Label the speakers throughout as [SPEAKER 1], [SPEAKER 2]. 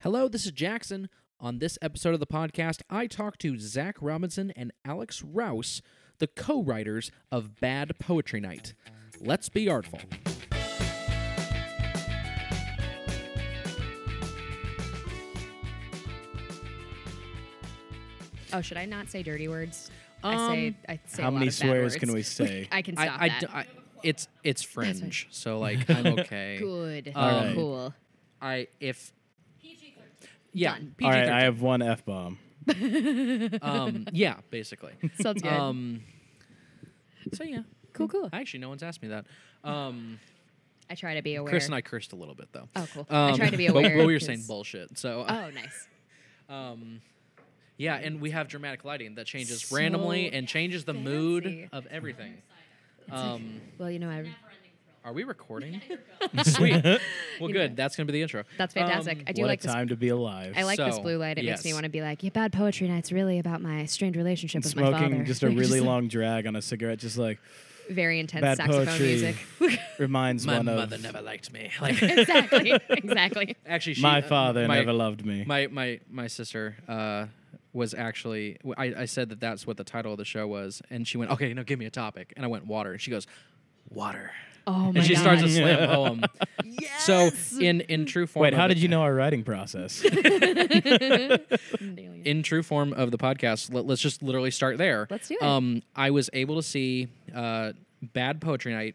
[SPEAKER 1] Hello, this is Jackson. On this episode of the podcast, I talk to Zach Robinson and Alex Rouse, the co writers of Bad Poetry Night. Let's be artful.
[SPEAKER 2] Oh, should I not say dirty words?
[SPEAKER 1] Um,
[SPEAKER 2] I say, I say
[SPEAKER 3] how
[SPEAKER 2] a lot
[SPEAKER 3] many
[SPEAKER 2] of bad
[SPEAKER 3] swears
[SPEAKER 2] words.
[SPEAKER 3] can we say?
[SPEAKER 2] I can
[SPEAKER 1] I,
[SPEAKER 2] stop
[SPEAKER 1] I
[SPEAKER 2] that.
[SPEAKER 1] d- I- it's it's fringe, so like I'm okay. Um,
[SPEAKER 2] Good.
[SPEAKER 1] All
[SPEAKER 3] right.
[SPEAKER 2] Cool.
[SPEAKER 1] I if yeah,
[SPEAKER 2] Done.
[SPEAKER 1] PG
[SPEAKER 3] All right, I have one f bomb.
[SPEAKER 1] um, yeah, basically.
[SPEAKER 2] Sounds good.
[SPEAKER 1] Um, so yeah,
[SPEAKER 2] cool, cool.
[SPEAKER 1] actually, no one's asked me that. Um,
[SPEAKER 2] I try to be aware.
[SPEAKER 1] Chris and I cursed a little bit though.
[SPEAKER 2] oh, cool. I
[SPEAKER 1] Um,
[SPEAKER 2] try to be
[SPEAKER 1] but-
[SPEAKER 2] aware.
[SPEAKER 1] But we were saying
[SPEAKER 2] 'cause-
[SPEAKER 1] bullshit. So
[SPEAKER 2] Oh, nice.
[SPEAKER 1] Um, yeah, and we have dramatic lighting that changes randomly
[SPEAKER 2] So
[SPEAKER 1] and changes the
[SPEAKER 2] fancy.
[SPEAKER 1] mood of everything. Um,
[SPEAKER 2] Well, you know, I,
[SPEAKER 1] are we recording? Sweet. Well, good. That's gonna be the intro.
[SPEAKER 2] that's fantastic.
[SPEAKER 1] Um,
[SPEAKER 2] I do
[SPEAKER 3] what
[SPEAKER 2] like
[SPEAKER 3] a
[SPEAKER 2] this.
[SPEAKER 3] time to be alive.
[SPEAKER 2] I like this
[SPEAKER 1] So,
[SPEAKER 2] blue light. It makes me
[SPEAKER 1] yes.
[SPEAKER 2] want to be like, yeah, bad poetry night's really about my strained relationship with my
[SPEAKER 3] smoking
[SPEAKER 2] father.
[SPEAKER 3] just a
[SPEAKER 2] Like,
[SPEAKER 3] really
[SPEAKER 2] like,
[SPEAKER 3] long drag on a cigarette, just like
[SPEAKER 2] very intense
[SPEAKER 3] bad
[SPEAKER 2] saxophone
[SPEAKER 3] poetry.
[SPEAKER 2] music.
[SPEAKER 3] Reminds
[SPEAKER 1] My
[SPEAKER 3] one
[SPEAKER 1] mother
[SPEAKER 3] of
[SPEAKER 1] never liked me. Like,
[SPEAKER 2] exactly. Exactly.
[SPEAKER 1] actually, she,
[SPEAKER 3] my
[SPEAKER 1] uh,
[SPEAKER 3] father
[SPEAKER 1] my-
[SPEAKER 3] never loved me.
[SPEAKER 1] My my my sister uh, was actually. w- I, I said that that's what the title of the show was, and she went, "Okay, no, give me a topic." And I went, "Water," and she goes, "Water,"
[SPEAKER 2] Oh my
[SPEAKER 1] and she
[SPEAKER 2] god.
[SPEAKER 1] starts a slam poem. So in in true form.
[SPEAKER 3] Wait, how
[SPEAKER 1] of
[SPEAKER 3] did
[SPEAKER 1] it-
[SPEAKER 3] you know our writing process?
[SPEAKER 2] Daily.
[SPEAKER 1] in true form of the podcast, let, us just literally start there.
[SPEAKER 2] Let's do it.
[SPEAKER 1] Um, I was able to see uh, Bad Poetry Night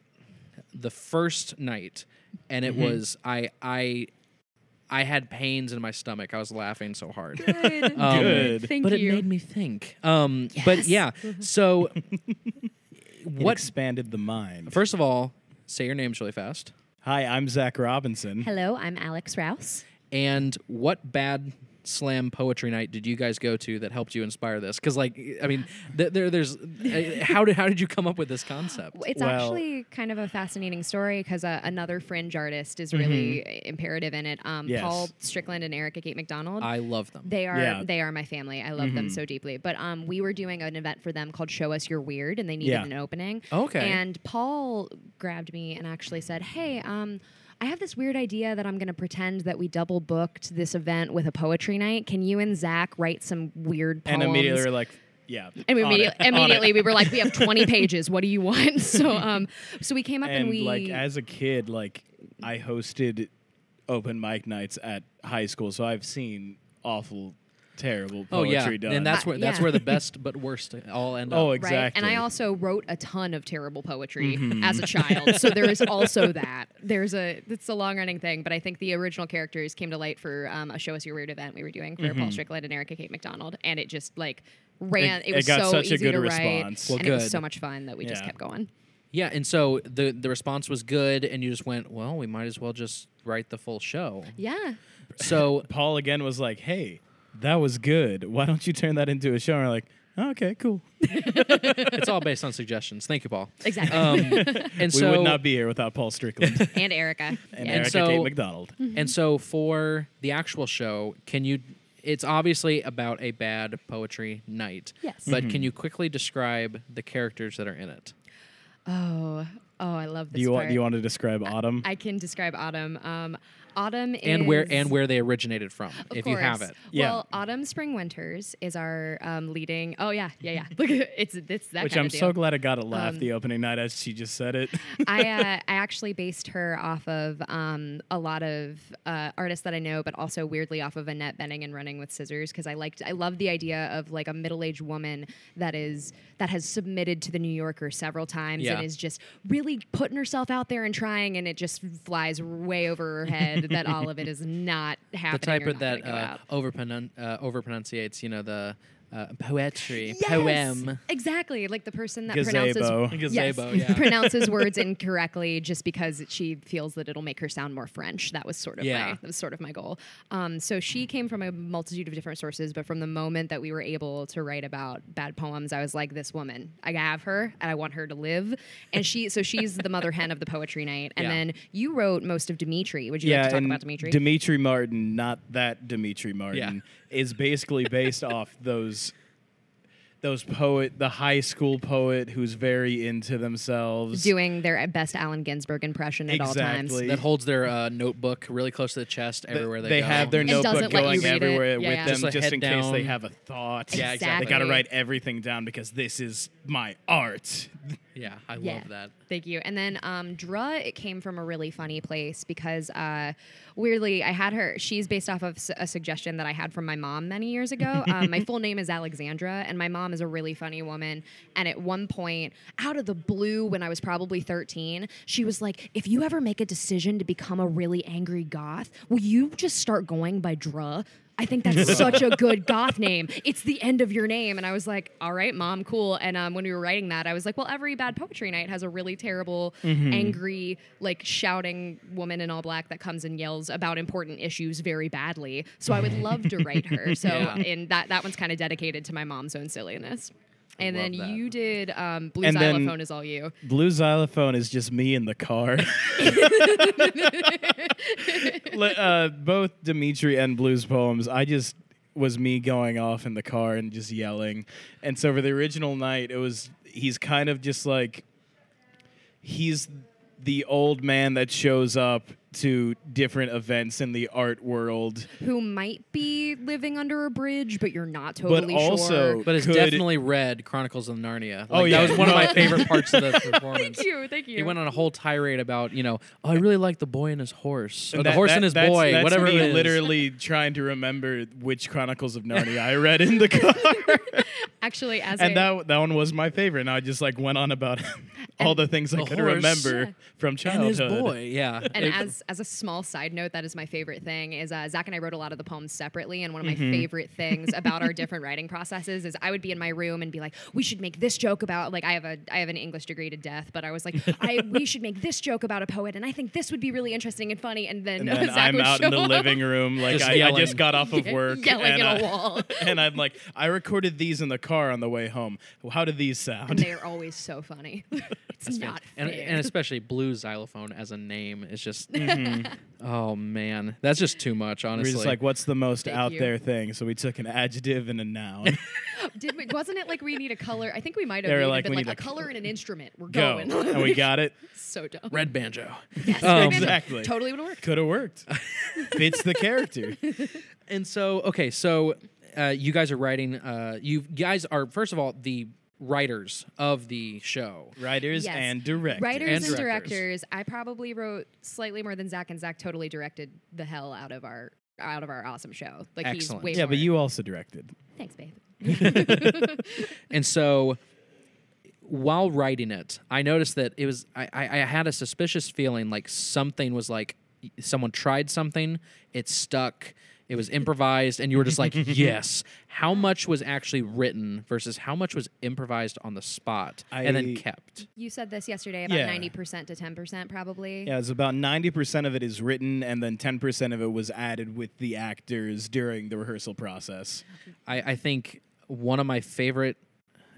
[SPEAKER 1] the first night, and
[SPEAKER 2] Mm-hmm.
[SPEAKER 1] it was I I I had pains in my stomach. I was laughing so hard.
[SPEAKER 2] Good.
[SPEAKER 1] Um,
[SPEAKER 3] Good.
[SPEAKER 2] Thank
[SPEAKER 1] but
[SPEAKER 2] you.
[SPEAKER 1] it made me think. Um, But
[SPEAKER 2] Yes.
[SPEAKER 1] yeah, so
[SPEAKER 3] It
[SPEAKER 1] what?
[SPEAKER 3] expanded the mind?
[SPEAKER 1] First of all, say your names really fast.
[SPEAKER 3] Hi, I'm Zach Robinson.
[SPEAKER 2] Hello, I'm Alex Rouse.
[SPEAKER 1] And what bad slam poetry night did you guys go to that helped you inspire this? Because like, I mean, th- there, there's uh, how did how did you come up with this concept?
[SPEAKER 2] It's
[SPEAKER 3] Well-
[SPEAKER 2] actually kind of a fascinating story because uh, another fringe artist is really uh, imperative in it. Um,
[SPEAKER 3] Mm-hmm. Yes.
[SPEAKER 2] Paul Strickland and Erica Kate McDonald.
[SPEAKER 1] I love them.
[SPEAKER 2] they are
[SPEAKER 3] Yeah. Mm-hmm.
[SPEAKER 2] they are my family. I love them so deeply. But um, we were doing an event for them called "Show Us Your Weird," and they needed
[SPEAKER 3] Yeah.
[SPEAKER 2] an opening.
[SPEAKER 1] Okay.
[SPEAKER 2] And Paul grabbed me and actually said, "Hey, um, I have this weird idea that I'm going to pretend that we double booked this event with a poetry night. Can you and Zach write some weird poems?"
[SPEAKER 3] And immediately we're like, yeah.
[SPEAKER 2] And we
[SPEAKER 3] on it,
[SPEAKER 2] immediately,
[SPEAKER 3] on it.
[SPEAKER 2] immediately we were like, we have 20 pages. What do you want? So, um, so we came up and,
[SPEAKER 3] and
[SPEAKER 2] we
[SPEAKER 3] like as a kid like i hosted open mic nights at high school so i've seen awful terrible
[SPEAKER 1] oh
[SPEAKER 3] poetry
[SPEAKER 1] yeah,
[SPEAKER 3] done
[SPEAKER 1] and that's
[SPEAKER 2] Uh,
[SPEAKER 1] where that's
[SPEAKER 2] yeah.
[SPEAKER 1] where the best but worst all end
[SPEAKER 3] oh
[SPEAKER 1] up.
[SPEAKER 3] exactly Mm-hmm.
[SPEAKER 2] right. And I also wrote a ton of terrible poetry as a child. So there is also that. There's a it's a long running thing, but I think the original characters came to light for um, a show us your weird event we were doing for Paul Strickland and Erica Kate McDonald, and it just like ran. It,
[SPEAKER 3] Mm-hmm. It- it
[SPEAKER 2] was
[SPEAKER 3] got
[SPEAKER 2] so
[SPEAKER 3] such a
[SPEAKER 2] easy
[SPEAKER 3] good
[SPEAKER 2] to
[SPEAKER 3] response.
[SPEAKER 2] write,
[SPEAKER 3] Well,
[SPEAKER 2] and it was
[SPEAKER 1] good.
[SPEAKER 2] so much fun that we just
[SPEAKER 3] Yeah.
[SPEAKER 2] kept going.
[SPEAKER 1] Yeah, and so the the response was good, and you just went, well, we might as well just write the full show.
[SPEAKER 2] Yeah.
[SPEAKER 1] So
[SPEAKER 3] paul again was like hey that was good why don't you turn that into a show and we're like "Oh, okay cool
[SPEAKER 1] it's all based on suggestions. Thank you, Paul.
[SPEAKER 2] Exactly.
[SPEAKER 3] Uh,
[SPEAKER 1] Um, and
[SPEAKER 3] we
[SPEAKER 1] so
[SPEAKER 3] would not be here without paul strickland and
[SPEAKER 2] and Erica. Yeah.
[SPEAKER 3] erica
[SPEAKER 1] so-
[SPEAKER 3] kate mcdonald
[SPEAKER 1] And so for the actual show, can you? It's obviously about a bad poetry night.
[SPEAKER 2] Yes.
[SPEAKER 3] Mm-hmm.
[SPEAKER 1] But can you quickly describe the characters that are in it?
[SPEAKER 2] oh, oh, I love this
[SPEAKER 3] do you
[SPEAKER 2] part.
[SPEAKER 3] want do you want to describe autumn
[SPEAKER 2] I can describe autumn. Um, autumn
[SPEAKER 1] And
[SPEAKER 2] is
[SPEAKER 1] where and where they originated from,
[SPEAKER 2] Of
[SPEAKER 1] if you have
[SPEAKER 2] course.
[SPEAKER 1] it.
[SPEAKER 3] Yeah.
[SPEAKER 2] Well, autumn, spring, winters is our um, leading. Oh yeah, yeah, yeah. Look, it's it's that.
[SPEAKER 3] which
[SPEAKER 2] kind
[SPEAKER 3] i'm
[SPEAKER 2] of deal.
[SPEAKER 3] so glad i got a
[SPEAKER 2] Um,
[SPEAKER 3] laugh the opening night as she just said it
[SPEAKER 2] I uh, I actually based her off of um, a lot of uh, artists that I know, but also weirdly off of Annette Benning and Running with Scissors because I liked I love the idea of like a middle aged woman that is that has submitted to the New Yorker several times
[SPEAKER 1] Yeah.
[SPEAKER 2] and is just really putting herself out there and trying, and it just flies way over her head that all of it is not
[SPEAKER 1] The
[SPEAKER 2] happening.
[SPEAKER 1] type
[SPEAKER 2] or
[SPEAKER 1] of
[SPEAKER 2] not gonna
[SPEAKER 1] that
[SPEAKER 2] go
[SPEAKER 1] uh,
[SPEAKER 2] out.
[SPEAKER 1] over uh, over pronunciates, you know, the uh, poetry,
[SPEAKER 2] Yes,
[SPEAKER 1] poem.
[SPEAKER 2] Exactly. Like the person that
[SPEAKER 3] Gazebo.
[SPEAKER 2] pronounces yes,
[SPEAKER 1] Gazebo, yeah.
[SPEAKER 2] pronounces words incorrectly just because she feels that it'll make her sound more French. That was sort of
[SPEAKER 1] Yeah.
[SPEAKER 2] my that was sort of my goal. Um, so she came from a multitude of different sources, but from the moment that we were able to write about bad poems, I was like, this woman, I have her, and I want her to live. And she, so she's the mother hen of the poetry night. And
[SPEAKER 1] Yeah.
[SPEAKER 2] then you wrote most of Dimitri. Would you like to talk
[SPEAKER 3] and
[SPEAKER 2] about Dimitri?
[SPEAKER 3] Dimitri Martin, not that Dimitri Martin, is basically based off those those poet, the high school poet who's very into themselves.
[SPEAKER 2] doing their best Allen Ginsberg impression at all times.
[SPEAKER 3] Exactly.
[SPEAKER 1] that holds their uh, notebook really close to the chest everywhere they, go.
[SPEAKER 3] have their
[SPEAKER 2] And doesn't
[SPEAKER 3] notebook
[SPEAKER 2] let you
[SPEAKER 3] going
[SPEAKER 2] read it.
[SPEAKER 3] everywhere
[SPEAKER 2] Yeah,
[SPEAKER 3] with
[SPEAKER 2] yeah.
[SPEAKER 3] them
[SPEAKER 1] Just a
[SPEAKER 3] just,
[SPEAKER 1] head
[SPEAKER 3] in case they
[SPEAKER 1] down.
[SPEAKER 3] have a thought.
[SPEAKER 1] Yeah, exactly.
[SPEAKER 3] They got to
[SPEAKER 2] Exactly.
[SPEAKER 3] write everything down because this is my art.
[SPEAKER 1] Yeah, I love that.
[SPEAKER 2] Thank you. And then um, Drua, it came from a really funny place because uh, weirdly, I had her. She's based off of s- a suggestion that I had from my mom many years ago. um, my full name is Alexandra, and my mom is a really funny woman. And at one point, out of the blue, when I was probably 13, she was like, If you ever make a decision to become a really angry goth, will you just start going by Drua? I think that's such a good goth name. It's the end of your name. And I was like, all right, mom, cool. And um, when we were writing that, I was like, well, every bad poetry night has a really terrible, angry, like shouting woman in all black that comes and yells about important issues very badly. So I would love to write her. So
[SPEAKER 1] Yeah.
[SPEAKER 2] and that that one's kind of dedicated to my mom's own silliness. And
[SPEAKER 1] love
[SPEAKER 2] then
[SPEAKER 1] that.
[SPEAKER 2] you did um, Blue
[SPEAKER 3] And then-
[SPEAKER 2] Xylophone is all you.
[SPEAKER 3] Blue xylophone is just me in the car. Le- uh, both Dimitri and Blue's poems, I just was me going off in the car and just yelling. And so for the original night, it was he's kind of just like he's the old man that shows up to different events in the art world,
[SPEAKER 2] Who might be living under a bridge, but you're not totally
[SPEAKER 3] but also
[SPEAKER 2] sure.
[SPEAKER 1] But it's
[SPEAKER 3] could- Oh,
[SPEAKER 1] definitely read Chronicles of Narnia. Like,
[SPEAKER 3] yeah.
[SPEAKER 1] that was one of my
[SPEAKER 3] No.
[SPEAKER 1] favorite parts of the performance.
[SPEAKER 2] Thank you, thank you.
[SPEAKER 1] He went on a whole tirade about, you know, oh, I really like the boy and his horse, or the
[SPEAKER 3] That-
[SPEAKER 1] horse
[SPEAKER 3] that-
[SPEAKER 1] and his
[SPEAKER 3] that's-
[SPEAKER 1] boy,
[SPEAKER 3] that's
[SPEAKER 1] whatever
[SPEAKER 3] me
[SPEAKER 1] it is.
[SPEAKER 3] Literally trying to remember which Chronicles of Narnia I read in the car.
[SPEAKER 2] Actually, as I,
[SPEAKER 3] and that that one was my favorite. And I just like went on about all the things I
[SPEAKER 1] The
[SPEAKER 3] could
[SPEAKER 1] horse.
[SPEAKER 3] remember from
[SPEAKER 1] and his
[SPEAKER 3] childhood.
[SPEAKER 1] boy, yeah.
[SPEAKER 2] and
[SPEAKER 1] It-
[SPEAKER 2] as as a small side note, that is my favorite thing. Is uh, Zach and I wrote a lot of the poems separately, and one of my
[SPEAKER 3] Mm-hmm.
[SPEAKER 2] favorite things about our different writing processes is I would be in my room and be like, "We should make this joke about like I have a I have an English degree to death, but I was like, I we should make this joke about a poet, and I think this would be really interesting and funny." And then,
[SPEAKER 3] And then
[SPEAKER 2] Zach
[SPEAKER 3] I'm
[SPEAKER 2] would
[SPEAKER 3] out
[SPEAKER 2] show
[SPEAKER 3] in the
[SPEAKER 2] up
[SPEAKER 3] living room, like
[SPEAKER 1] Just
[SPEAKER 3] I, I
[SPEAKER 1] yelling.
[SPEAKER 3] just got off of work,
[SPEAKER 2] yelling
[SPEAKER 3] and
[SPEAKER 2] at a
[SPEAKER 3] I-
[SPEAKER 2] wall.
[SPEAKER 3] and I'm like, I recorded these in the car on the way home. How did these
[SPEAKER 2] and
[SPEAKER 3] sound?
[SPEAKER 2] they are always so funny. it's not
[SPEAKER 1] and,
[SPEAKER 2] fair.
[SPEAKER 1] and especially blue xylophone as a name is just oh man that's just too much
[SPEAKER 3] We Mm-hmm. We're
[SPEAKER 1] honestly
[SPEAKER 3] just like, what's the most
[SPEAKER 2] Thank
[SPEAKER 3] out
[SPEAKER 2] you.
[SPEAKER 3] there thing? So we took an adjective and a noun.
[SPEAKER 2] Did we, wasn't it like we need a color? I think we might have
[SPEAKER 3] They were
[SPEAKER 2] even
[SPEAKER 3] like,
[SPEAKER 2] been
[SPEAKER 3] "We
[SPEAKER 2] like
[SPEAKER 3] need
[SPEAKER 2] a
[SPEAKER 3] a
[SPEAKER 2] color and an instrument. We're
[SPEAKER 3] Go,
[SPEAKER 2] going.
[SPEAKER 3] and we got it.
[SPEAKER 2] so dumb.
[SPEAKER 1] red banjo
[SPEAKER 2] Yes,
[SPEAKER 1] Um,
[SPEAKER 3] Exactly.
[SPEAKER 2] Totally would have worked.
[SPEAKER 3] Could have worked. Fits the character.
[SPEAKER 1] and so okay so uh, you guys are writing uh, you guys are first of all the writers of the show
[SPEAKER 3] Writers
[SPEAKER 2] Yes.
[SPEAKER 3] and directors.
[SPEAKER 2] Writers
[SPEAKER 1] And
[SPEAKER 2] and,
[SPEAKER 1] directors.
[SPEAKER 2] directors. I probably wrote slightly more than Zach, and Zach totally directed the hell out of our out of our awesome show. Like
[SPEAKER 1] Excellent.
[SPEAKER 2] he's way
[SPEAKER 3] Yeah, but
[SPEAKER 2] more-
[SPEAKER 3] you also directed.
[SPEAKER 2] thanks, babe.
[SPEAKER 1] and so while writing it i noticed that it was I, I, I had a suspicious feeling like something was like someone tried something it stuck it was improvised and you were just like yes how much was actually written versus how much was improvised on the spot and then
[SPEAKER 3] I-
[SPEAKER 1] kept
[SPEAKER 2] You said this yesterday about
[SPEAKER 3] Yeah.
[SPEAKER 2] ninety percent to ten percent, probably.
[SPEAKER 3] Yeah, it's about 90% of it is written, and then 10% of it was added with the actors during the rehearsal process.
[SPEAKER 1] I, I think one of my favorite,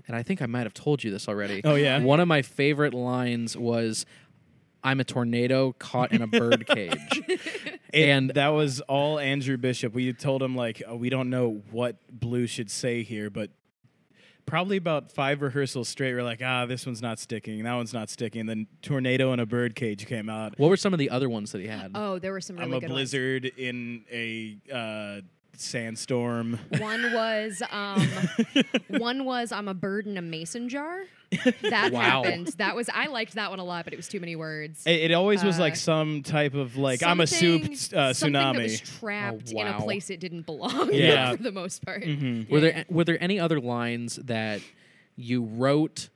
[SPEAKER 1] and I think I might have told you this already.
[SPEAKER 3] Oh, yeah?
[SPEAKER 1] One of my favorite lines was, "I'm a tornado caught in a bird cage."
[SPEAKER 3] It-
[SPEAKER 1] And-
[SPEAKER 3] that was all Andrew Bishop. We told him, like, oh, we don't know what Blue should say here, but probably about five rehearsals straight, we're like, ah, this one's not sticking, that one's not sticking. And then Tornado and a Birdcage came out.
[SPEAKER 1] what were some of the other ones that he had?
[SPEAKER 2] Oh, there were some really
[SPEAKER 3] I'm a
[SPEAKER 2] good
[SPEAKER 3] blizzard in a uh, sandstorm.
[SPEAKER 2] ones. One was um, one was I'm a bird in a mason jar. That
[SPEAKER 1] Wow.
[SPEAKER 2] happened. That was I liked that one a lot, but it was too many words.
[SPEAKER 3] It, it always was
[SPEAKER 2] Uh,
[SPEAKER 3] like some type of like I'm a soup
[SPEAKER 2] Something-
[SPEAKER 3] uh,
[SPEAKER 2] something
[SPEAKER 3] tsunami.
[SPEAKER 2] that was trapped
[SPEAKER 1] Oh,
[SPEAKER 2] in
[SPEAKER 1] wow.
[SPEAKER 2] a place it didn't belong.
[SPEAKER 3] Yeah. Mm-hmm.
[SPEAKER 2] for the most part.
[SPEAKER 1] Were there were there any other lines that you wrote?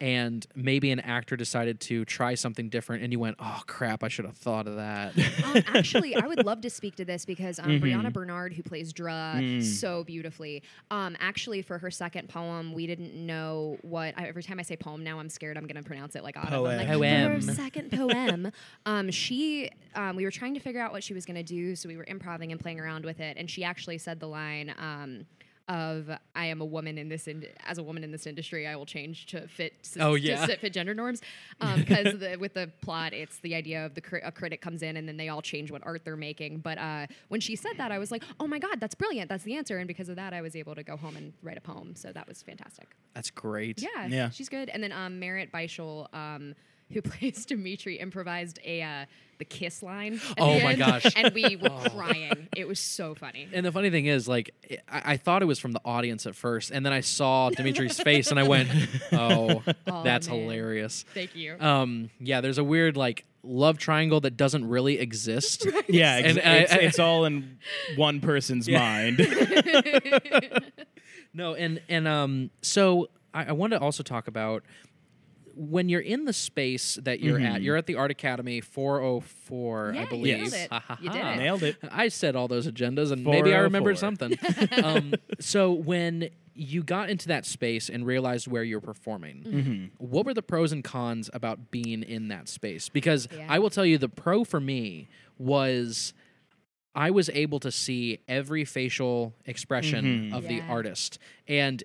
[SPEAKER 1] And maybe an actor decided to try something different, and you went, "Oh crap! I should have thought of that."
[SPEAKER 2] um, actually, I would love to speak to this because um, Brianna Bernard, who plays Drua so beautifully, um, actually for her second poem, we didn't know what. I, every time I say poem now, I'm scared I'm going to pronounce it like Autumn. I'm like,
[SPEAKER 1] Poem.
[SPEAKER 2] For her second poem, um, she um, we were trying to figure out what she was going to do, so we were improvising and playing around with it, and she actually said the line. Um, of I am a woman in this ind- as a woman in this industry I will change to fit s-
[SPEAKER 1] Oh,
[SPEAKER 2] to
[SPEAKER 1] yeah.
[SPEAKER 2] fit- fit gender norms because the with the plot it's the idea of the cri- a critic comes in and then they all change what art they're making but uh, when she said that I was like oh my god that's brilliant that's the answer and because of that I was able to go home and write a poem so that was fantastic
[SPEAKER 1] That's great.
[SPEAKER 2] yeah,
[SPEAKER 3] Yeah.
[SPEAKER 2] she's good. And then um, Merritt Beischel, um, who plays Dimitri, improvised a uh, the kiss line. at
[SPEAKER 1] Oh
[SPEAKER 2] the
[SPEAKER 1] my
[SPEAKER 2] end,
[SPEAKER 1] gosh. Oh.
[SPEAKER 2] And we were crying. It was so funny.
[SPEAKER 1] And the funny thing is, like, I, I thought it was from the audience at first, and then I saw Dimitri's face, and I went, "Oh,
[SPEAKER 2] Aw,
[SPEAKER 1] that's
[SPEAKER 2] man.
[SPEAKER 1] hilarious."
[SPEAKER 2] Thank you.
[SPEAKER 1] Um, yeah, there's a weird like love triangle that doesn't really exist.
[SPEAKER 3] Yeah, ex-
[SPEAKER 1] And I-
[SPEAKER 3] it's,
[SPEAKER 1] I-
[SPEAKER 3] it's all in one person's mind.
[SPEAKER 1] No, and and um, so I, I want to also talk about when you're in the space that you're at. You're at the Art Academy 404,
[SPEAKER 2] Yeah,
[SPEAKER 1] I
[SPEAKER 2] you
[SPEAKER 1] believe.
[SPEAKER 3] nailed
[SPEAKER 2] it.
[SPEAKER 1] Ha, ha,
[SPEAKER 2] You did
[SPEAKER 1] ha.
[SPEAKER 2] it.
[SPEAKER 3] Nailed it.
[SPEAKER 1] I said all those agendas, and maybe I remembered
[SPEAKER 3] 404.
[SPEAKER 1] something. um, so when you got into that space and realized where you're performing,
[SPEAKER 2] Mm-hmm.
[SPEAKER 1] what were the pros and cons about being in that space? Because
[SPEAKER 2] Yeah.
[SPEAKER 1] I will tell you, the pro for me was. I was able to see every facial expression of the
[SPEAKER 2] Yeah.
[SPEAKER 1] artist. And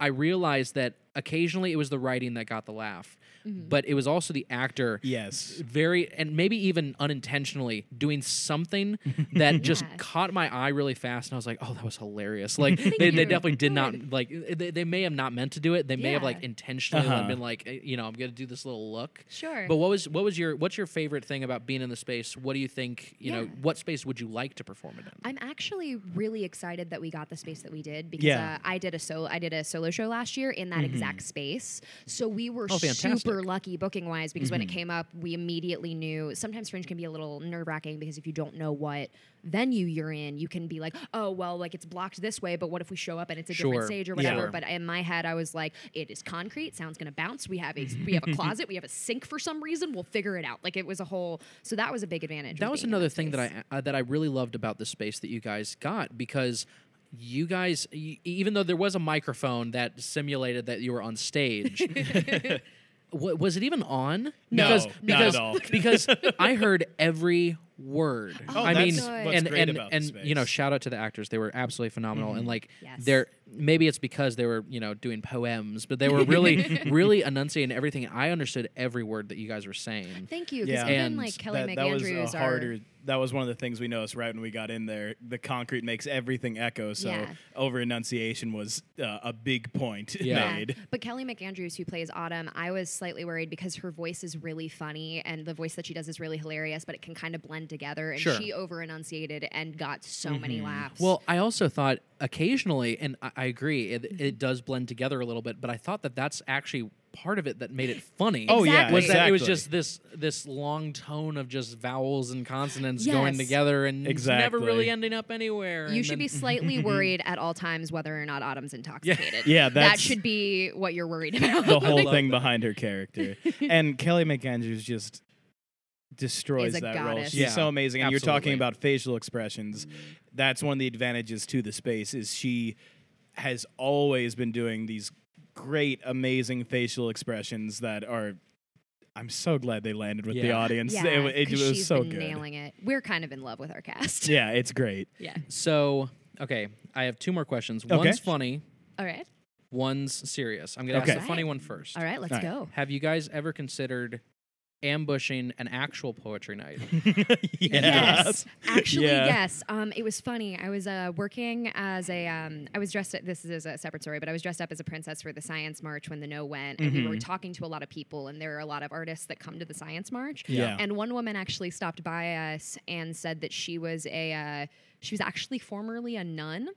[SPEAKER 1] I realized that occasionally it was the writing that got the laugh,
[SPEAKER 2] Mm-hmm.
[SPEAKER 1] but it was also the actor
[SPEAKER 3] Yes.
[SPEAKER 1] very and maybe even unintentionally doing something that just
[SPEAKER 2] Yes.
[SPEAKER 1] caught my eye really fast and i was like oh that was hilarious like they,
[SPEAKER 2] you.
[SPEAKER 1] they definitely did not
[SPEAKER 2] Good.
[SPEAKER 1] like they, they may have not meant to do it they may have
[SPEAKER 2] Yeah.
[SPEAKER 1] like intentionally
[SPEAKER 3] Uh-huh.
[SPEAKER 1] been like eh, you know i'm gonna do this little look
[SPEAKER 2] Sure.
[SPEAKER 1] but what was what was your what's your favorite thing about being in the space what do you think you know
[SPEAKER 2] Yeah.
[SPEAKER 1] what space would you like to perform it in
[SPEAKER 2] I'm actually really excited that we got the space that we did because
[SPEAKER 3] Yeah.
[SPEAKER 2] uh, I did a solo I did a solo show last year in that exact space. So we were
[SPEAKER 1] Mm-hmm. Oh, fantastic. Mm-hmm.
[SPEAKER 2] super lucky booking wise because when it came up, we immediately knew. Sometimes Fringe can be a little nerve wracking because if you don't know what venue you're in, you can be like, oh well, like it's blocked this way, but what if we show up and it's a
[SPEAKER 1] Sure.
[SPEAKER 2] different stage or whatever?
[SPEAKER 1] Sure.
[SPEAKER 2] But in my head, I was like, it is concrete. Sound's gonna bounce. We have a we have a closet. We have a sink for some reason. We'll figure it out. Like it was a whole. So that was a big advantage.
[SPEAKER 1] that
[SPEAKER 2] with
[SPEAKER 1] was
[SPEAKER 2] being in
[SPEAKER 1] another thing
[SPEAKER 2] space.
[SPEAKER 1] that I uh, that I really loved about the space that you guys got because you guys y- even though there was a microphone that simulated that you were on stage wa- was it even on
[SPEAKER 3] No,
[SPEAKER 1] because
[SPEAKER 3] not at
[SPEAKER 1] because,
[SPEAKER 3] all.
[SPEAKER 1] because I heard every word
[SPEAKER 2] Oh,
[SPEAKER 1] I mean
[SPEAKER 2] that's what's
[SPEAKER 1] and
[SPEAKER 3] great
[SPEAKER 1] and,
[SPEAKER 3] about the
[SPEAKER 1] and you know
[SPEAKER 3] space. Mm-hmm.
[SPEAKER 1] shout out to the actors they were absolutely phenomenal and like
[SPEAKER 2] Yes.
[SPEAKER 1] they're maybe it's because they were you know doing poems but they were really really enunciating everything I understood every word that you guys were saying
[SPEAKER 2] Thank you. Because
[SPEAKER 3] Yeah.
[SPEAKER 2] even
[SPEAKER 1] And
[SPEAKER 2] like Kelly
[SPEAKER 3] that, that was
[SPEAKER 2] McAndrews
[SPEAKER 3] a
[SPEAKER 2] are
[SPEAKER 3] harder. That was one of the things we noticed right when we got in there. The concrete makes everything echo, so
[SPEAKER 2] Yeah.
[SPEAKER 3] over enunciation was uh, a big point
[SPEAKER 1] Yeah.
[SPEAKER 3] made.
[SPEAKER 2] But Kelly McAndrews, who plays Autumn, I was slightly worried because her voice is really funny and the voice that she does is really hilarious, but it can kind of blend together. And
[SPEAKER 1] Sure.
[SPEAKER 2] she over enunciated and got so many
[SPEAKER 3] Mm-hmm.
[SPEAKER 2] laughs.
[SPEAKER 1] Well, I also thought occasionally, and I, I agree, it, it does blend together a little bit. But I thought that that's actually part of it that made it funny.
[SPEAKER 3] Oh yeah,
[SPEAKER 2] Exactly.
[SPEAKER 1] was that it was
[SPEAKER 3] exactly.
[SPEAKER 1] just this this long tone of just vowels and consonants
[SPEAKER 2] Yes.
[SPEAKER 1] going together and it's never
[SPEAKER 3] Exactly.
[SPEAKER 1] really ending up anywhere.
[SPEAKER 2] you
[SPEAKER 1] and
[SPEAKER 2] should
[SPEAKER 1] then-
[SPEAKER 2] be slightly worried at all times whether or not Autumn's intoxicated.
[SPEAKER 3] Mm-hmm. Yeah,
[SPEAKER 2] that
[SPEAKER 3] that's-
[SPEAKER 2] should be what you're worried about.
[SPEAKER 3] the whole
[SPEAKER 1] Love
[SPEAKER 3] thing
[SPEAKER 1] that.
[SPEAKER 3] behind her character. and Kelly McAndrews just destroys
[SPEAKER 2] Is a
[SPEAKER 3] that role.
[SPEAKER 2] goddess.
[SPEAKER 3] She's
[SPEAKER 1] Yeah,
[SPEAKER 3] so amazing. And you're
[SPEAKER 1] absolutely.
[SPEAKER 3] talking about facial expressions. That's one of the advantages to the space is she has always been doing these great, amazing facial expressions that are. I'm so glad they landed with the
[SPEAKER 1] Yeah.
[SPEAKER 3] audience.
[SPEAKER 2] yeah,
[SPEAKER 3] It wa- it,
[SPEAKER 2] 'cause
[SPEAKER 3] was
[SPEAKER 2] she's
[SPEAKER 3] so
[SPEAKER 2] been
[SPEAKER 3] good.
[SPEAKER 2] nailing it. We're kind of in love with our cast.
[SPEAKER 3] Yeah, it's great.
[SPEAKER 2] yeah.
[SPEAKER 1] So okay, I have two more questions.
[SPEAKER 3] Okay.
[SPEAKER 1] One's funny,
[SPEAKER 2] All right.
[SPEAKER 1] one's serious. I'm gonna
[SPEAKER 3] Okay.
[SPEAKER 1] ask the funny one first.
[SPEAKER 2] All right. Let's
[SPEAKER 3] All right.
[SPEAKER 2] go.
[SPEAKER 1] Have you guys ever considered ambushing an actual poetry night?
[SPEAKER 2] Yes. Actually,
[SPEAKER 3] Yeah.
[SPEAKER 2] yes. Um, it was funny. I was uh, working as a. Um, I was dressed. This is a separate story, but I was dressed up as a princess for the science march when the no went, and we were talking to a lot of people, and there are a lot of artists that come to the science march.
[SPEAKER 3] Yeah.
[SPEAKER 2] And one woman actually stopped by us and said that she was a. Uh, she was actually formerly a nun.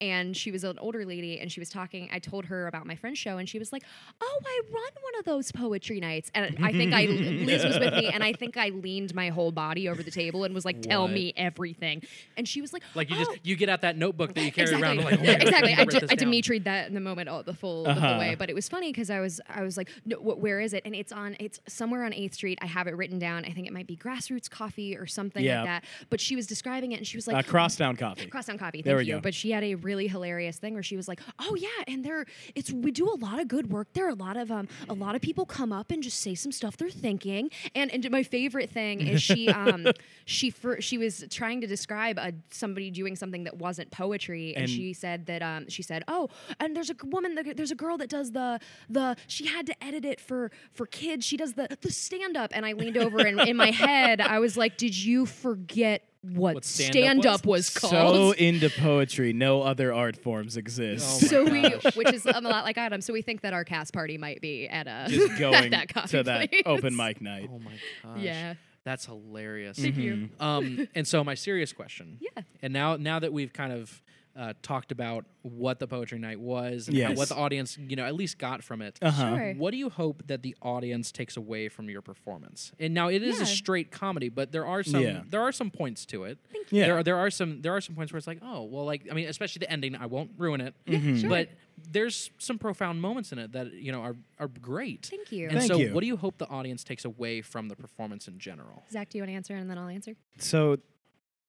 [SPEAKER 2] And she was an older lady, and she was talking. I told her about my friend's show, and she was like, "Oh, I run one of those poetry nights." And I think I Liz was with me, and I think I leaned my whole body over the table and was like, "Tell
[SPEAKER 1] What?
[SPEAKER 2] me everything. And she was like,
[SPEAKER 1] Like you
[SPEAKER 2] oh.
[SPEAKER 1] just you get out that notebook that you carry
[SPEAKER 2] Exactly.
[SPEAKER 1] around. and Like, oh my
[SPEAKER 2] Yeah,
[SPEAKER 1] God,
[SPEAKER 2] exactly.
[SPEAKER 1] need to
[SPEAKER 2] I,
[SPEAKER 1] write
[SPEAKER 2] d-
[SPEAKER 1] this
[SPEAKER 2] I
[SPEAKER 1] down.
[SPEAKER 2] dimitri'd that in the moment, all, the full the
[SPEAKER 3] Uh-huh.
[SPEAKER 2] full way. But it was funny because I was I was like, no, wh- where is it? And it's on it's somewhere on Eighth Street. I have it written down. I think it might be Grassroots Coffee or something
[SPEAKER 3] Yeah.
[SPEAKER 2] like that. But she was describing it, and she was
[SPEAKER 3] Uh,
[SPEAKER 2] like,
[SPEAKER 3] Crosstown Coffee.
[SPEAKER 2] Crosstown Coffee. Thank
[SPEAKER 3] There we
[SPEAKER 2] you.
[SPEAKER 3] go.
[SPEAKER 2] But she had a really hilarious thing where she was like, "Oh yeah, and there it's we do a lot of good work. There are a lot of um a lot of people come up and just say some stuff they're thinking." And and my favorite thing is she um she fir- she was trying to describe a, somebody doing something that wasn't poetry and,
[SPEAKER 3] And-
[SPEAKER 2] she said that um she said, "Oh, and there's a g- woman that- there's a girl that does the the she had to edit it for for kids. She does the the stand up." And I leaned over and in my head I was like, "Did you forget what,
[SPEAKER 1] What
[SPEAKER 2] stand,
[SPEAKER 1] stand-up
[SPEAKER 2] up was, called?"
[SPEAKER 3] So into poetry, no other art forms exist.
[SPEAKER 1] Oh my
[SPEAKER 2] so we,
[SPEAKER 1] gosh.
[SPEAKER 2] which is um, a lot like Adam, so we think that our cast party might be at a
[SPEAKER 3] Just
[SPEAKER 2] at
[SPEAKER 3] going
[SPEAKER 2] that coffee
[SPEAKER 3] to that
[SPEAKER 2] place.
[SPEAKER 3] open mic night.
[SPEAKER 1] Oh my gosh.
[SPEAKER 2] Yeah.
[SPEAKER 1] That's hilarious.
[SPEAKER 2] Thank you.
[SPEAKER 3] Mm-hmm.
[SPEAKER 1] um, and so my serious question.
[SPEAKER 2] Yeah.
[SPEAKER 1] And now, now that we've kind of uh, talked about what the poetry night was and how-
[SPEAKER 3] Yes.
[SPEAKER 1] what the audience, you know, at least got from it.
[SPEAKER 3] Uh-huh.
[SPEAKER 2] Sure.
[SPEAKER 1] What do you hope that the audience takes away from your performance? And now it is
[SPEAKER 2] Yeah.
[SPEAKER 1] a straight comedy, but there are some
[SPEAKER 3] Yeah.
[SPEAKER 1] there are some points to it.
[SPEAKER 3] you.
[SPEAKER 1] There
[SPEAKER 3] Yeah.
[SPEAKER 1] are there are some there are some points where it's like, oh well, like I mean, especially the ending. I won't ruin it,
[SPEAKER 3] Mm-hmm.
[SPEAKER 2] sure.
[SPEAKER 1] but there's some profound moments in it that you know are are great.
[SPEAKER 2] Thank you.
[SPEAKER 1] And
[SPEAKER 3] Thank
[SPEAKER 1] so,
[SPEAKER 3] you.
[SPEAKER 1] what do you hope the audience takes away from the performance in general?
[SPEAKER 2] Zach, do you want to answer and then I'll answer?
[SPEAKER 3] So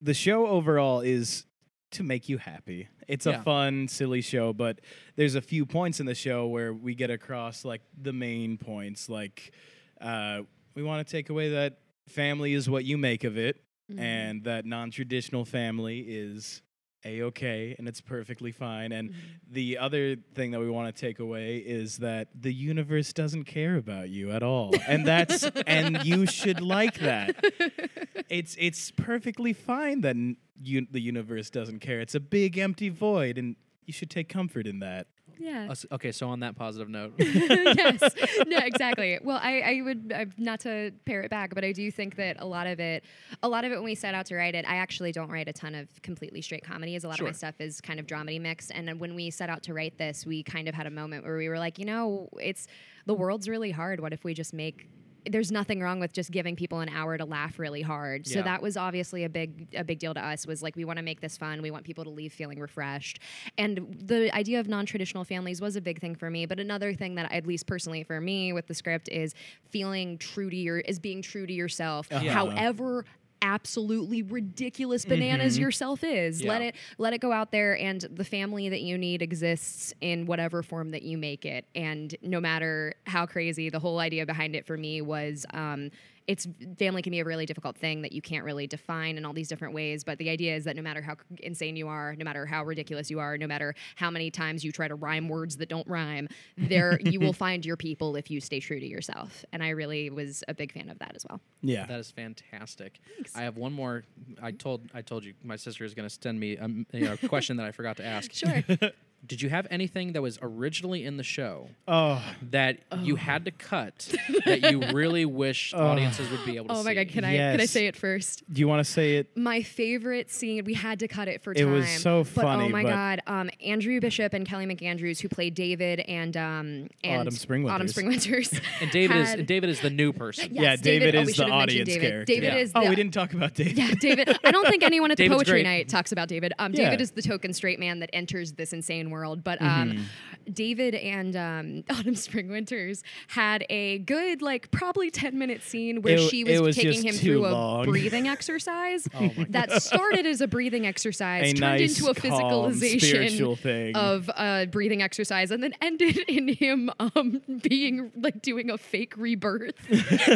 [SPEAKER 3] the show overall is to make you happy. It's
[SPEAKER 1] Yeah.
[SPEAKER 3] a fun, silly show, but there's a few points in the show where we get across like the main points. Like uh, we want to take away that family is what you make of it, and that non-traditional family is a okay and it's perfectly fine.
[SPEAKER 2] Mm-hmm.
[SPEAKER 3] And the other thing that we want to take away is that the universe doesn't care about you at all, and that's and you should like that it's it's perfectly fine that n- you, the universe doesn't care. It's a big empty void, and you should take comfort in that.
[SPEAKER 2] yeah.
[SPEAKER 1] Us- Uh, Okay, so on that positive note,
[SPEAKER 2] yes. No, exactly. Well, I, I would I, not to pare it back, but I do think that a lot of it, a lot of it when we set out to write it, I actually don't write a ton of completely straight comedies. A lot of
[SPEAKER 1] Sure.
[SPEAKER 2] my stuff is kind of dramedy mixed. And then when we set out to write this, we kind of had a moment where we were like, you know, it's the world's really hard. What if we just make there's nothing wrong with just giving people an hour to laugh really hard. So
[SPEAKER 1] Yeah.
[SPEAKER 2] that was obviously a big a big deal to us was like we want to make this fun. We want people to leave feeling refreshed. And the idea of non-traditional families was a big thing for me, but another thing that at least personally for me with the script is feeling true to your is being true to yourself. However absolutely ridiculous bananas yourself is. Let
[SPEAKER 1] Yeah.
[SPEAKER 2] it let it go out there and the family that you need exists in whatever form that you make it and no matter how crazy the whole idea behind it for me was um it's family can be a really difficult thing that you can't really define in all these different ways but the idea is that no matter how c- insane you are no matter how ridiculous you are no matter how many times you try to rhyme words that don't rhyme there you will find your people if you stay true to yourself and i really was a big fan of that as well
[SPEAKER 3] Yeah,
[SPEAKER 1] that is fantastic. I have one more. I told I told you my sister is going to send me a m- you know, question that I forgot to ask.
[SPEAKER 2] sure
[SPEAKER 1] Did you have anything that was originally in the show
[SPEAKER 3] oh,
[SPEAKER 1] that you had to cut that you really wish
[SPEAKER 3] Oh.
[SPEAKER 1] audiences would be able to see?
[SPEAKER 2] oh my god can i can i
[SPEAKER 3] Yes.
[SPEAKER 2] say it first
[SPEAKER 3] do you want to say it?
[SPEAKER 2] my favorite scene. We had to cut it for
[SPEAKER 3] It
[SPEAKER 2] time.
[SPEAKER 3] was so
[SPEAKER 2] But oh
[SPEAKER 3] funny,
[SPEAKER 2] my
[SPEAKER 3] but-
[SPEAKER 2] god, um, Andrew Bishop and Kelly McAndrews, who played David and um, and
[SPEAKER 3] Autumn Springwinters.
[SPEAKER 2] Autumn Springwinters,
[SPEAKER 1] And David
[SPEAKER 2] had-
[SPEAKER 1] is David is the new person.
[SPEAKER 2] Yes,
[SPEAKER 3] yeah, David,
[SPEAKER 2] David- oh, we
[SPEAKER 3] is
[SPEAKER 2] should
[SPEAKER 3] the
[SPEAKER 2] have mentioned
[SPEAKER 3] audience
[SPEAKER 2] David.
[SPEAKER 3] character.
[SPEAKER 2] David
[SPEAKER 1] Yeah.
[SPEAKER 2] is
[SPEAKER 3] oh,
[SPEAKER 2] the-
[SPEAKER 3] we didn't talk about David.
[SPEAKER 2] Yeah, David. I don't think anyone at the
[SPEAKER 1] David's
[SPEAKER 2] poetry
[SPEAKER 1] great.
[SPEAKER 2] night talks about David. Um,
[SPEAKER 3] Yeah.
[SPEAKER 2] David is the token straight man that enters this insane world. But um,
[SPEAKER 3] Mm-hmm.
[SPEAKER 2] David and um, Autumn Spring Winters had a good, like, probably 10 minute scene where
[SPEAKER 3] It-
[SPEAKER 2] she
[SPEAKER 3] it
[SPEAKER 2] was,
[SPEAKER 3] was
[SPEAKER 2] taking
[SPEAKER 3] just
[SPEAKER 2] him
[SPEAKER 3] too
[SPEAKER 2] through a
[SPEAKER 3] long. Oh
[SPEAKER 2] breathing exercise that started as a breathing exercise,
[SPEAKER 3] A
[SPEAKER 2] turned
[SPEAKER 3] nice,
[SPEAKER 2] into a
[SPEAKER 3] calm, spiritual
[SPEAKER 2] physicalization
[SPEAKER 3] thing.
[SPEAKER 2] of a breathing exercise, and then ended in him um, being like doing a fake rebirth.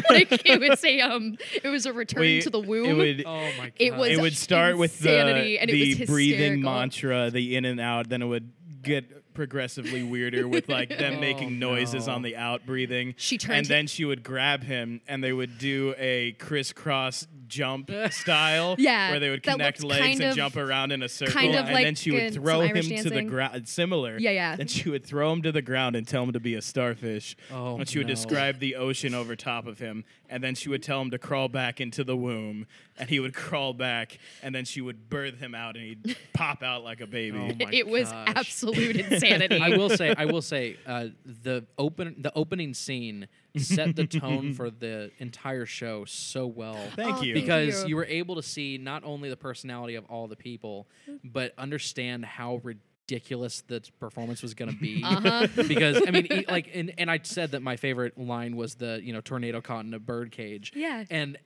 [SPEAKER 2] like, it was a, um, it was a return
[SPEAKER 3] We-
[SPEAKER 2] to the womb.
[SPEAKER 3] It would,
[SPEAKER 1] Oh my god.
[SPEAKER 2] It was-
[SPEAKER 3] it would start with
[SPEAKER 2] insanity,
[SPEAKER 3] the,
[SPEAKER 2] and it
[SPEAKER 3] the
[SPEAKER 2] was
[SPEAKER 3] breathing
[SPEAKER 2] hysterical.
[SPEAKER 3] mantra, the in and out. Then it would get progressively weirder with like them
[SPEAKER 1] Oh,
[SPEAKER 3] making noises
[SPEAKER 1] no.
[SPEAKER 3] on the out breathing.
[SPEAKER 2] She turned-
[SPEAKER 3] and then she would grab him, and they would do a crisscross jump style.
[SPEAKER 2] Yeah,
[SPEAKER 3] where they would
[SPEAKER 2] that
[SPEAKER 3] connect
[SPEAKER 2] looked
[SPEAKER 3] legs
[SPEAKER 2] kind
[SPEAKER 3] and
[SPEAKER 2] of-
[SPEAKER 3] jump around in a circle,
[SPEAKER 2] kind of
[SPEAKER 3] and
[SPEAKER 2] like
[SPEAKER 3] then she
[SPEAKER 2] good-
[SPEAKER 3] would
[SPEAKER 2] some
[SPEAKER 3] throw him
[SPEAKER 2] Irish
[SPEAKER 3] to the
[SPEAKER 2] dancing.
[SPEAKER 3] ground. Similar,
[SPEAKER 2] Yeah, yeah.
[SPEAKER 3] Then she would throw him to the ground and tell him to be a starfish.
[SPEAKER 1] Oh,
[SPEAKER 3] and she would
[SPEAKER 1] no.
[SPEAKER 3] describe the ocean over top of him, and then she would tell him to crawl back into the womb, and he would crawl back, and then she would birth him out, and he'd pop out like a baby.
[SPEAKER 1] Oh my
[SPEAKER 2] it was
[SPEAKER 1] gosh.
[SPEAKER 2] absolute insanity.
[SPEAKER 1] I will say, I will say, uh, the open the opening scene set the tone for the entire show so well.
[SPEAKER 3] Thank
[SPEAKER 2] Oh,
[SPEAKER 3] you.
[SPEAKER 2] thank
[SPEAKER 1] because
[SPEAKER 2] you.
[SPEAKER 1] you were able to see not only the personality of all the people, but understand how ridiculous the performance was going to be.
[SPEAKER 2] Uh-huh.
[SPEAKER 1] because I mean, e- like, and, and I said that my favorite line was the you know tornado caught in a bird cage.
[SPEAKER 2] Yeah.
[SPEAKER 1] and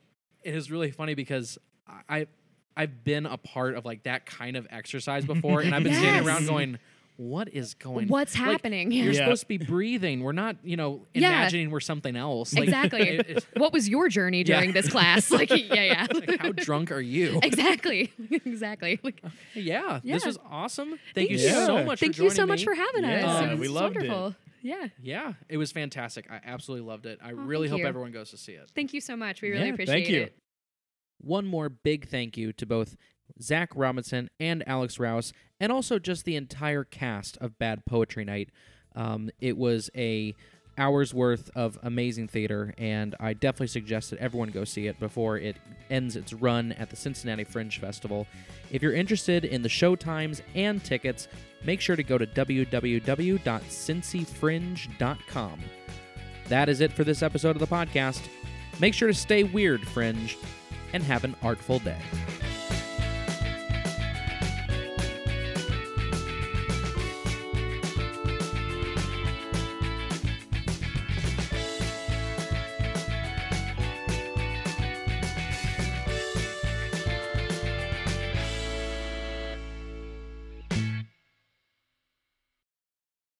[SPEAKER 1] it is really funny because I. I've been a part of like that kind of exercise before, and I've been standing around
[SPEAKER 2] Yes.
[SPEAKER 1] going, "What is going?
[SPEAKER 2] What's
[SPEAKER 1] Like,
[SPEAKER 2] happening?
[SPEAKER 1] You're
[SPEAKER 3] Yeah.
[SPEAKER 1] supposed to be breathing. We're not, you know,
[SPEAKER 2] Yeah.
[SPEAKER 1] imagining we're something else. Like,
[SPEAKER 2] exactly.
[SPEAKER 1] it- it's-
[SPEAKER 2] what was your journey
[SPEAKER 1] Yeah.
[SPEAKER 2] during this class? Like, yeah, yeah.
[SPEAKER 1] like, how drunk are you?
[SPEAKER 2] exactly. exactly. Like,
[SPEAKER 1] Yeah, this
[SPEAKER 2] Yeah.
[SPEAKER 1] was awesome. Thank, you,
[SPEAKER 3] you.
[SPEAKER 1] so
[SPEAKER 3] Yeah.
[SPEAKER 1] much.
[SPEAKER 2] Thank
[SPEAKER 1] for
[SPEAKER 2] you so
[SPEAKER 1] joining
[SPEAKER 2] much
[SPEAKER 1] me.
[SPEAKER 2] for having
[SPEAKER 3] Yeah.
[SPEAKER 2] us.
[SPEAKER 3] Yeah,
[SPEAKER 2] It
[SPEAKER 3] we
[SPEAKER 2] was
[SPEAKER 3] loved it.
[SPEAKER 2] wonderful. Yeah.
[SPEAKER 1] Yeah, it was fantastic. I absolutely loved it. I
[SPEAKER 2] Oh,
[SPEAKER 1] really
[SPEAKER 2] thank
[SPEAKER 1] hope
[SPEAKER 2] you.
[SPEAKER 1] everyone goes to see it.
[SPEAKER 2] Thank you so much. We really
[SPEAKER 3] Yeah, thank
[SPEAKER 2] appreciate
[SPEAKER 3] you.
[SPEAKER 2] it.
[SPEAKER 1] One more big thank you to both Zach Robinson and Alex Rouse, and also just the entire cast of Bad Poetry Night. Um, it was a hour's worth of amazing theater, and I definitely suggest that everyone go see it before it ends its run at the Cincinnati Fringe Festival. If you're interested in the show times and tickets, make sure to go to www.cincyfringe.com. That is it for this episode of the podcast. Make sure to stay weird, Fringe, and have an artful day.